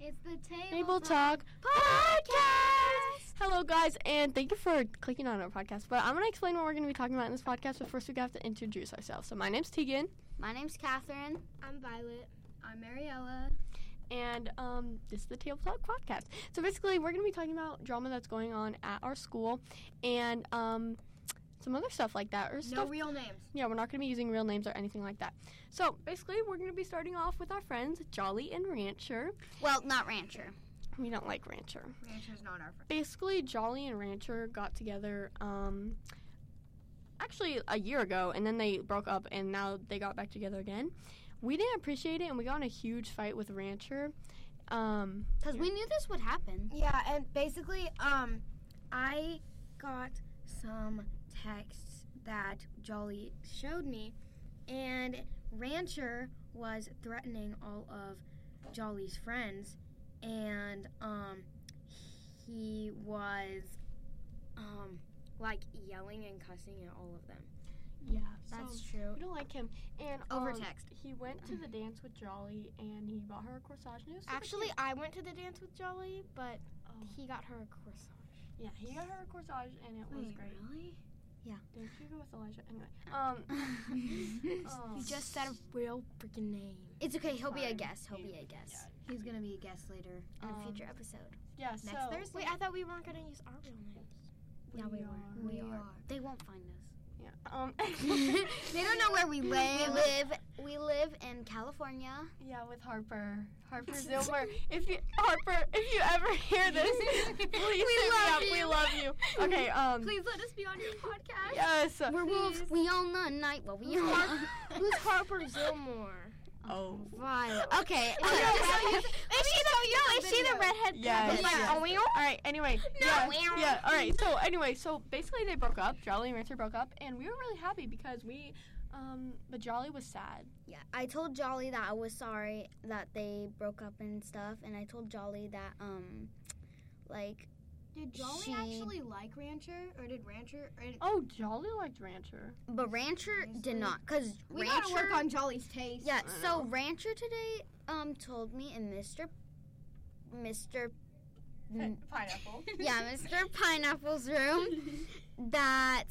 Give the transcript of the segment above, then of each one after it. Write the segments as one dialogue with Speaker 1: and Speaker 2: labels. Speaker 1: It's the table,
Speaker 2: Table Talk Podcast. Hello, guys, and thank you for clicking on our podcast. But I'm going to explain what we're going to be talking about in this podcast, but first we have to introduce ourselves. So, my name's Tegan,
Speaker 1: My name's Catherine.
Speaker 3: I'm Violet.
Speaker 1: I'm Mariella.
Speaker 2: and um, this is the Table Talk Podcast. So, basically, we're going to be talking about drama that's going on at our school and um, some other stuff like that. Or
Speaker 3: No
Speaker 2: stuff.
Speaker 3: real names.
Speaker 2: yeah, we're not going to be using real names or anything like that. So, basically, we're going to be starting off with our friends, Jolly and Rancher.
Speaker 1: Well, not Rancher.
Speaker 2: We don't like Rancher.
Speaker 3: Rancher's not our friend.
Speaker 2: basically Jolly and Rancher got together um actually a year ago and then they broke up and now they got back together again. We didn't appreciate it and we got in a huge fight with Rancher. Um
Speaker 1: Because we knew this would happen.
Speaker 3: Yeah, and basically, um, I got some texts that Jolly showed me, and Rancher was threatening all of Jolly's friends, and um, he was um like yelling and cussing at all of them.
Speaker 2: yeah,
Speaker 3: true.
Speaker 2: we don't like him. And
Speaker 3: Over
Speaker 2: um,
Speaker 3: text.
Speaker 2: he went to the dance with Jolly and he bought her a corsage. And it was super
Speaker 3: Actually,
Speaker 2: cute.
Speaker 3: I went to the dance with Jolly, but
Speaker 2: Oh.
Speaker 3: he got her a corsage.
Speaker 2: yeah, he got her a corsage and it was great.
Speaker 3: really?
Speaker 2: Did you go with Elijah? Anyway, um,
Speaker 3: Oh.
Speaker 2: um,
Speaker 3: said a real freaking name.
Speaker 1: It's okay. He'll be a
Speaker 2: Fine.
Speaker 1: guest. He'll be a guest
Speaker 3: He's gonna be a guest later.
Speaker 1: in a
Speaker 2: Um,
Speaker 1: future episode.
Speaker 2: yeah. So
Speaker 1: Next Thursday.
Speaker 3: Wait, I thought we weren't gonna use our real names.
Speaker 1: yeah, we
Speaker 2: are.
Speaker 1: were.
Speaker 3: We are.
Speaker 1: They won't find us.
Speaker 2: Yeah. Um,
Speaker 1: they don't know where we live. We live. We live in California.
Speaker 2: Yeah, with Harper. Harper Zilmer. If you Harper, if you ever hear this, please hit me
Speaker 1: love
Speaker 2: up. We
Speaker 1: you.
Speaker 2: love you. Okay. Um.
Speaker 3: let us be on your podcast.
Speaker 2: Yes.
Speaker 1: We're wolves. We own the night. Well, we own.
Speaker 3: Who's Harper Zilmore?
Speaker 2: Oh.
Speaker 1: Right. Okay.
Speaker 3: is she the, no, is she the redhead?
Speaker 2: Yes.
Speaker 3: Like,
Speaker 2: yes.
Speaker 3: oh, we
Speaker 2: All right. Anyway. yeah.
Speaker 1: we-
Speaker 2: Yeah. All right. So anyway, so basically they broke up. Jolly and Rancher broke up, and we were really happy because we, um, but Jolly was sad.
Speaker 1: Yeah, I told Jolly that I was sorry that they broke up and stuff, and I told Jolly that um, like
Speaker 3: Did Jolly
Speaker 1: She-
Speaker 3: actually like Rancher, or did Rancher? Or
Speaker 2: Oh, Jolly liked Rancher.
Speaker 1: but Rancher did not, cause
Speaker 3: we
Speaker 1: Rancher.
Speaker 3: gotta work on Jolly's taste.
Speaker 1: yeah, so Rancher today um told me and Mister, Mister,
Speaker 2: Pineapple.
Speaker 1: yeah, Mister Pineapple's room that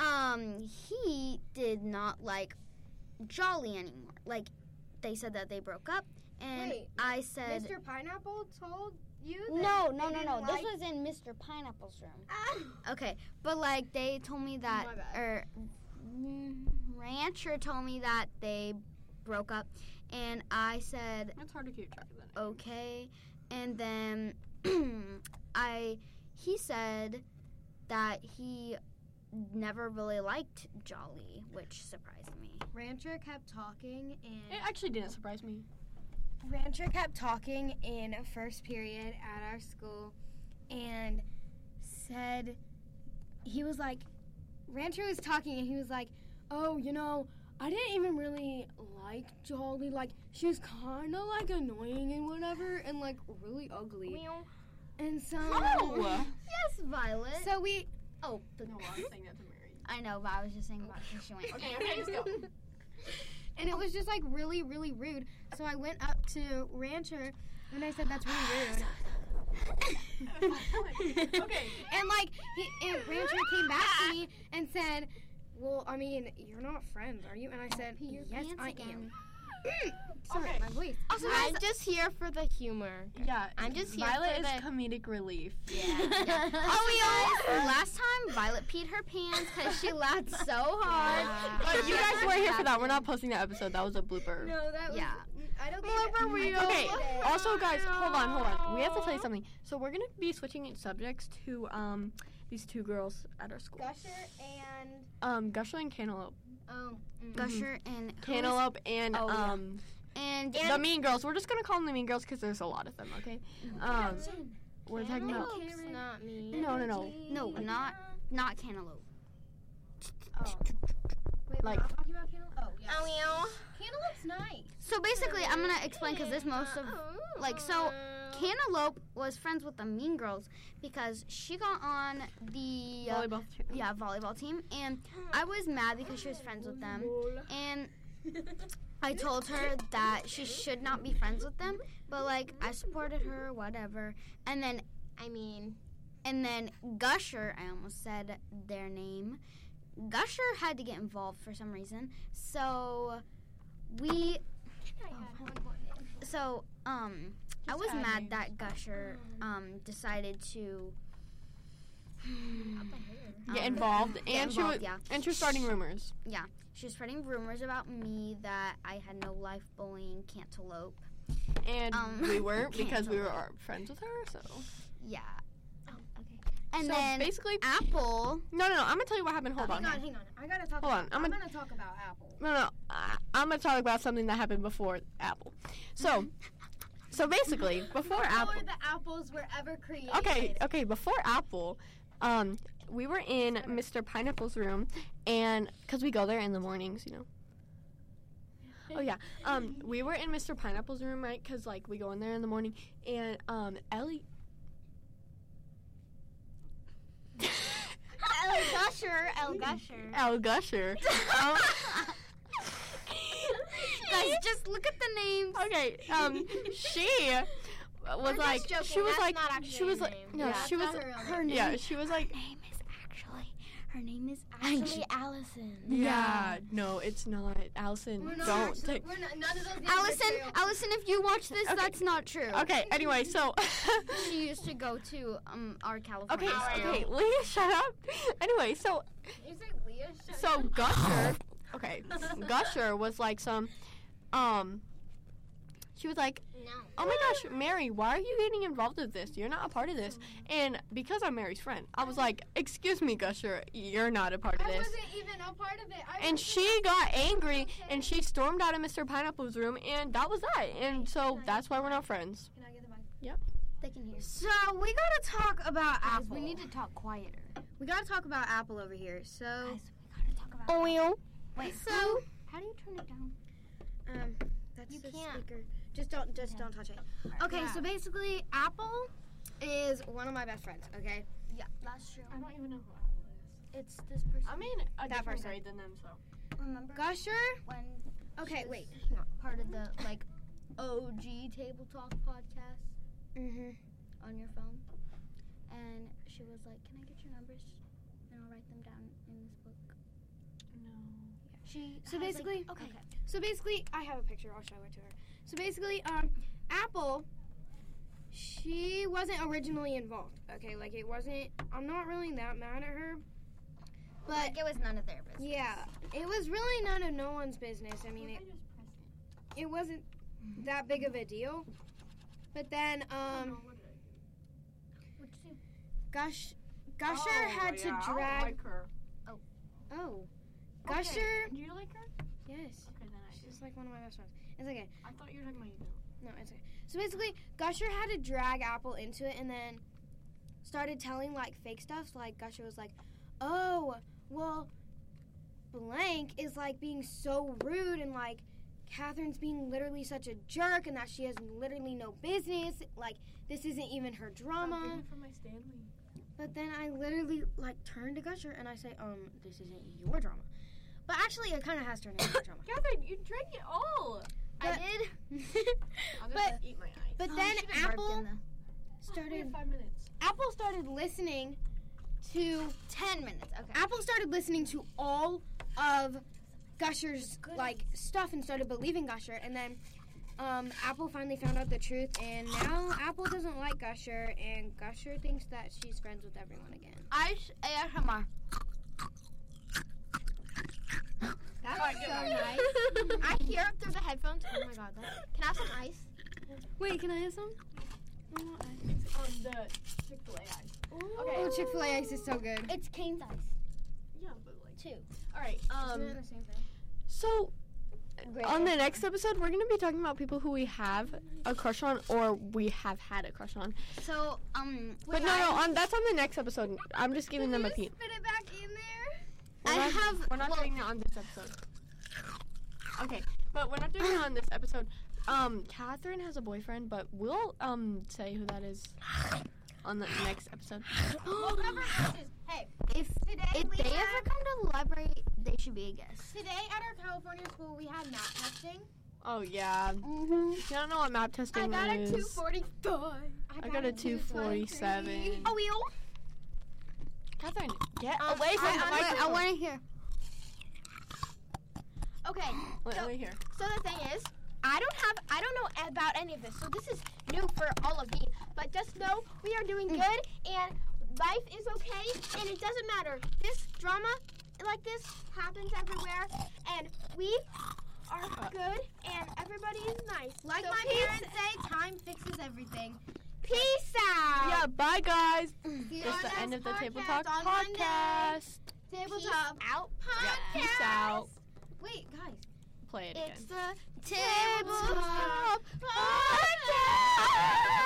Speaker 1: um he did not like Jolly anymore. Like they said that they broke up, and
Speaker 3: Wait,
Speaker 1: I said.
Speaker 3: Mr. Pineapple told you. That
Speaker 1: No,
Speaker 3: they
Speaker 1: no, no,
Speaker 3: didn't
Speaker 1: no.
Speaker 3: Like-
Speaker 1: This was in Mr. Pineapple's room.
Speaker 3: Ah.
Speaker 1: Okay, but like they told me
Speaker 3: My
Speaker 1: that,
Speaker 3: bad.
Speaker 1: or mm, Rancher told me that they broke up, and I said
Speaker 2: It's hard to keep track of that.
Speaker 1: okay, and then I he said that he never really liked Jolly, which surprised me.
Speaker 3: Rancher kept talking
Speaker 2: It
Speaker 3: and
Speaker 2: actually didn't surprise me.
Speaker 3: Rancher kept talking in first period at our school and said he was like Rancher was talking and he was like, "Oh, you know, I didn't even really like Jolly. Like she was kind of like annoying and whatever and like really ugly." And so
Speaker 2: Oh.
Speaker 1: Yes, Violet.
Speaker 3: So we
Speaker 1: oh, but-
Speaker 2: no, I was saying that to Mary.
Speaker 1: I know, but I was just saying about she went.
Speaker 2: Okay. Okay. Let's go.
Speaker 3: and it was just like really really rude. So I went up to Rancher and I said that's really rude.
Speaker 2: okay.
Speaker 3: And like, he, and Rancher came back to me and said, "Well, I mean, you're not friends, are you?" And I said, "Yes,
Speaker 1: pants
Speaker 3: I
Speaker 1: again.
Speaker 3: am." Sorry,
Speaker 2: Okay.
Speaker 3: my voice.
Speaker 1: Also,
Speaker 4: I'm just here for the humor.
Speaker 2: Yeah,
Speaker 4: I'm just here for
Speaker 2: Violet is
Speaker 4: the-
Speaker 2: comedic relief.
Speaker 1: Oh, we all last time Violet peed her pants because she laughed so hard.
Speaker 2: But you guys were here for that. We're not posting that episode. That was a blooper. Oh
Speaker 3: No, that was.
Speaker 1: Yeah.
Speaker 3: I don't think. I don't
Speaker 2: Okay.
Speaker 3: think that-
Speaker 2: Also, guys, hold on, hold on. We have to tell you something. So we're gonna be switching subjects to um these two girls at our school.
Speaker 3: Gusher and
Speaker 2: Um, Gusher and Cantaloupe.
Speaker 3: oh,
Speaker 1: Gusher and
Speaker 2: Cantaloupe and
Speaker 1: Oh, yeah.
Speaker 2: um
Speaker 1: and
Speaker 2: the Mean Girls. We're just gonna call them the Mean Girls because there's a lot of them. Okay. Um, we're talking about.
Speaker 3: Cameron. mm. Not me.
Speaker 2: No, no, no.
Speaker 1: no, not not cantaloupe.
Speaker 2: Oh.
Speaker 3: Wait,
Speaker 2: Like-
Speaker 3: we're not talking about cantaloupe. Oh yeah. Cantaloupe's nice.
Speaker 1: So basically, I'm gonna explain because this most of like so. Cantaloupe was friends with the Mean Girls because she got on the uh,
Speaker 2: Volleyball. team.
Speaker 1: yeah volleyball team, and I was mad because she was friends with them, and I told her that she should not be friends with them, but like I supported her, whatever. And then
Speaker 4: I mean,
Speaker 1: and then Gusher, I almost said their name. Gusher had to get involved for some reason. So we so um I was mad that Gusher um decided to
Speaker 2: Get
Speaker 1: um,
Speaker 2: involved,
Speaker 1: get
Speaker 2: and she
Speaker 1: involved,
Speaker 2: was,
Speaker 1: yeah.
Speaker 2: and she was starting rumors.
Speaker 1: She was spreading rumors about me that I had no life bullying, cantaloupe.
Speaker 2: And
Speaker 1: Um,
Speaker 2: we weren't because we
Speaker 1: cantaloupe.
Speaker 2: were our friends with her. So,
Speaker 1: Yeah. Oh,
Speaker 4: okay.
Speaker 1: And
Speaker 2: so
Speaker 1: then
Speaker 2: basically,
Speaker 1: Apple
Speaker 2: no, no, no. I'm gonna tell you what happened. Hold on.
Speaker 3: hang on, hang on. I gotta talk.
Speaker 2: Hold
Speaker 3: about,
Speaker 2: on, I'm
Speaker 3: I'm
Speaker 2: gonna-
Speaker 3: gonna talk about Apple.
Speaker 2: No, no. I, I'm gonna talk about something that happened before Apple. So, so basically, before Apple.
Speaker 4: the apples were ever created.
Speaker 2: Okay, okay. Before Apple, um, we were in Mr. Pineapple's room, and because we go there in the mornings, you know. Oh yeah. Um, we were in Mr. Pineapple's room, right? Because like we go in there in the morning, and um, Ellie.
Speaker 4: El Gusher, El Gusher.
Speaker 2: El Gusher. Um,
Speaker 1: Guys, just look at the names.
Speaker 2: okay. Um, she was
Speaker 4: just
Speaker 2: like
Speaker 4: joking,
Speaker 2: she was
Speaker 4: that's
Speaker 2: like
Speaker 4: not actually
Speaker 2: she was
Speaker 4: her
Speaker 2: like
Speaker 4: name.
Speaker 2: no
Speaker 4: Yeah,
Speaker 2: she was
Speaker 4: that's not her real
Speaker 1: Her name,
Speaker 2: yeah she was like
Speaker 1: name is actually her name is
Speaker 4: Actually, Allison.
Speaker 2: yeah no it's not Allison
Speaker 3: We're not
Speaker 2: don't
Speaker 3: actually-
Speaker 2: take
Speaker 3: we're not, none of those names are
Speaker 1: Allison.
Speaker 3: true.
Speaker 1: Allison, if you watch this,
Speaker 2: Okay.
Speaker 1: that's not true.
Speaker 2: okay anyway so
Speaker 1: She used to go to um our California.
Speaker 2: okay
Speaker 1: school.
Speaker 2: okay Leah shut up anyway so
Speaker 4: You say Leah?
Speaker 2: so Gusher, okay, Gusher was like some, um, she was like,
Speaker 4: No.
Speaker 2: oh my gosh, Mary, why are you getting involved with this? You're not a part of this. And because I'm Mary's friend, I was like, excuse me, Gusher, you're not a part of
Speaker 3: I
Speaker 2: this.
Speaker 3: wasn't even a part of it. I
Speaker 2: And
Speaker 3: was
Speaker 2: she got angry and she stormed out of Mr. Pineapple's room, and that was that. And so that's why we're not friends.
Speaker 3: Can I get the mic?
Speaker 4: They can hear.
Speaker 1: So we gotta talk about Apple.
Speaker 4: We need to talk quieter.
Speaker 3: We gotta talk about Apple over here. So,
Speaker 2: Oh.
Speaker 4: we gotta talk about.
Speaker 2: Oil.
Speaker 4: Wait,
Speaker 1: so
Speaker 4: how do you turn it down?
Speaker 3: um, that's
Speaker 4: You
Speaker 3: the
Speaker 4: can't.
Speaker 3: speaker. Just don't, just don't touch it. Okay, so basically, Apple is one of my best friends. Okay,
Speaker 4: Yeah, that's true.
Speaker 2: don't even know who
Speaker 4: Um, It's this person.
Speaker 2: I'm in a
Speaker 3: That
Speaker 2: different
Speaker 3: person.
Speaker 2: grade than them, so.
Speaker 4: Remember
Speaker 3: Gusher.
Speaker 4: when
Speaker 3: Okay, wait.
Speaker 4: part of the like OG Table Talk podcast
Speaker 3: Mm-hmm.
Speaker 4: on your phone? And she was like, "Can I get your numbers? And I'll write them down in this book." She
Speaker 3: So
Speaker 4: has,
Speaker 3: basically-
Speaker 4: like, okay.
Speaker 3: So basically, I have a picture. I'll show it to her. So basically, um, Apple, she wasn't originally involved. Okay, like it wasn't. I'm not really that mad at her, but
Speaker 1: it was none of their business.
Speaker 3: yeah, it was really none of no one's business. I mean, it, it wasn't that big of a deal. But then,
Speaker 4: Uh-huh.
Speaker 3: um, Gush, Gusher
Speaker 2: Oh,
Speaker 3: had to drag.
Speaker 2: her.
Speaker 3: oh, Gusher.
Speaker 2: Do you like her?
Speaker 3: Yes,
Speaker 2: Okay, then I
Speaker 3: she's like one of my best friends. It's okay.
Speaker 2: I thought you were talking about you.
Speaker 3: No, it's okay. So basically, Gusher had to drag Apple into it and then started telling like fake stuff. Like Gusher was like, "Oh, well, blank is like being so rude and like Catherine's being literally such a jerk and that she has literally no business. Like this isn't even her drama."
Speaker 2: for my Stanley.
Speaker 3: But then I literally like turned to Gusher and I say, "Um, this isn't your drama." But actually, it kind of has turned into her drama.
Speaker 2: Catherine, you drank it all.
Speaker 3: I
Speaker 4: did. Oh,
Speaker 2: I'll
Speaker 3: just, But-
Speaker 2: eat my eyes.
Speaker 1: Oh,
Speaker 3: But then Apple started
Speaker 2: five minutes.
Speaker 3: Apple started listening to
Speaker 1: ten minutes. Okay.
Speaker 3: Apple started listening to all of Gusher's like stuff and started believing Gusher, and then um, Apple finally found out the truth, and now Apple doesn't like Gusher, and Gusher thinks that she's friends with everyone again.
Speaker 1: Ice ASMR.
Speaker 3: That's
Speaker 4: so nice. I hear it through the headphones. Oh my god, that, can I have some ice?
Speaker 3: Wait, can I have some?
Speaker 2: It's on the Chick Fil A eyes. Okay.
Speaker 3: Oh, Chick Fil A ice is so good.
Speaker 4: It's Kane's ice.
Speaker 2: Yeah, but like
Speaker 4: Two.
Speaker 2: All right. Um. So. On the next episode, we're going to be talking about people who we have a crush on or we have had a crush on.
Speaker 1: So um,
Speaker 2: But no, no, on, that's on the next episode. I'm just giving them a peek.
Speaker 3: Put it back in there.
Speaker 2: We're
Speaker 1: I
Speaker 2: not-
Speaker 1: have-
Speaker 2: We're not
Speaker 1: well-
Speaker 2: doing that on this episode. Okay, but we're not doing it on this episode. Um, Catherine has a boyfriend, but we'll um say who that is on the next episode.
Speaker 4: Whatever this is. Hey,
Speaker 1: if
Speaker 4: today
Speaker 1: if
Speaker 4: we
Speaker 1: they
Speaker 4: have
Speaker 1: ever come to the library,
Speaker 5: They should be a guest.
Speaker 1: Today at our California school, we had map testing.
Speaker 2: Oh yeah.
Speaker 5: Mm-hmm.
Speaker 2: You don't know what map testing is.
Speaker 1: 245.
Speaker 2: I got a 247.
Speaker 5: Oh, we all.
Speaker 2: Catherine, get
Speaker 5: Um,
Speaker 2: away from
Speaker 5: I,
Speaker 2: the
Speaker 5: I, I
Speaker 2: microphone.
Speaker 5: want to hear.
Speaker 3: Okay,
Speaker 2: Wait,
Speaker 3: so-
Speaker 2: wait here.
Speaker 3: so the thing is, I don't have, I don't know about any of this, so this is new for all of me. But just know we are doing
Speaker 2: Mm.
Speaker 3: good, and life is okay, and it doesn't matter. This drama like this happens everywhere, and we
Speaker 2: Uh,
Speaker 3: are good, and everybody is nice.
Speaker 1: Like
Speaker 3: So
Speaker 1: my
Speaker 3: peace,
Speaker 1: parents say, time fixes everything.
Speaker 3: peace out.
Speaker 2: Yeah, bye guys.
Speaker 1: See you
Speaker 2: That's
Speaker 1: on
Speaker 2: the end
Speaker 1: next
Speaker 2: of the Table
Speaker 1: podcast
Speaker 2: Talk
Speaker 1: on Monday.
Speaker 2: podcast.
Speaker 1: Tabletop.
Speaker 3: Out.
Speaker 2: Yeah, peace out.
Speaker 1: Wait, guys.
Speaker 2: Play it again.
Speaker 3: It's the
Speaker 5: Tabletop
Speaker 3: podcast.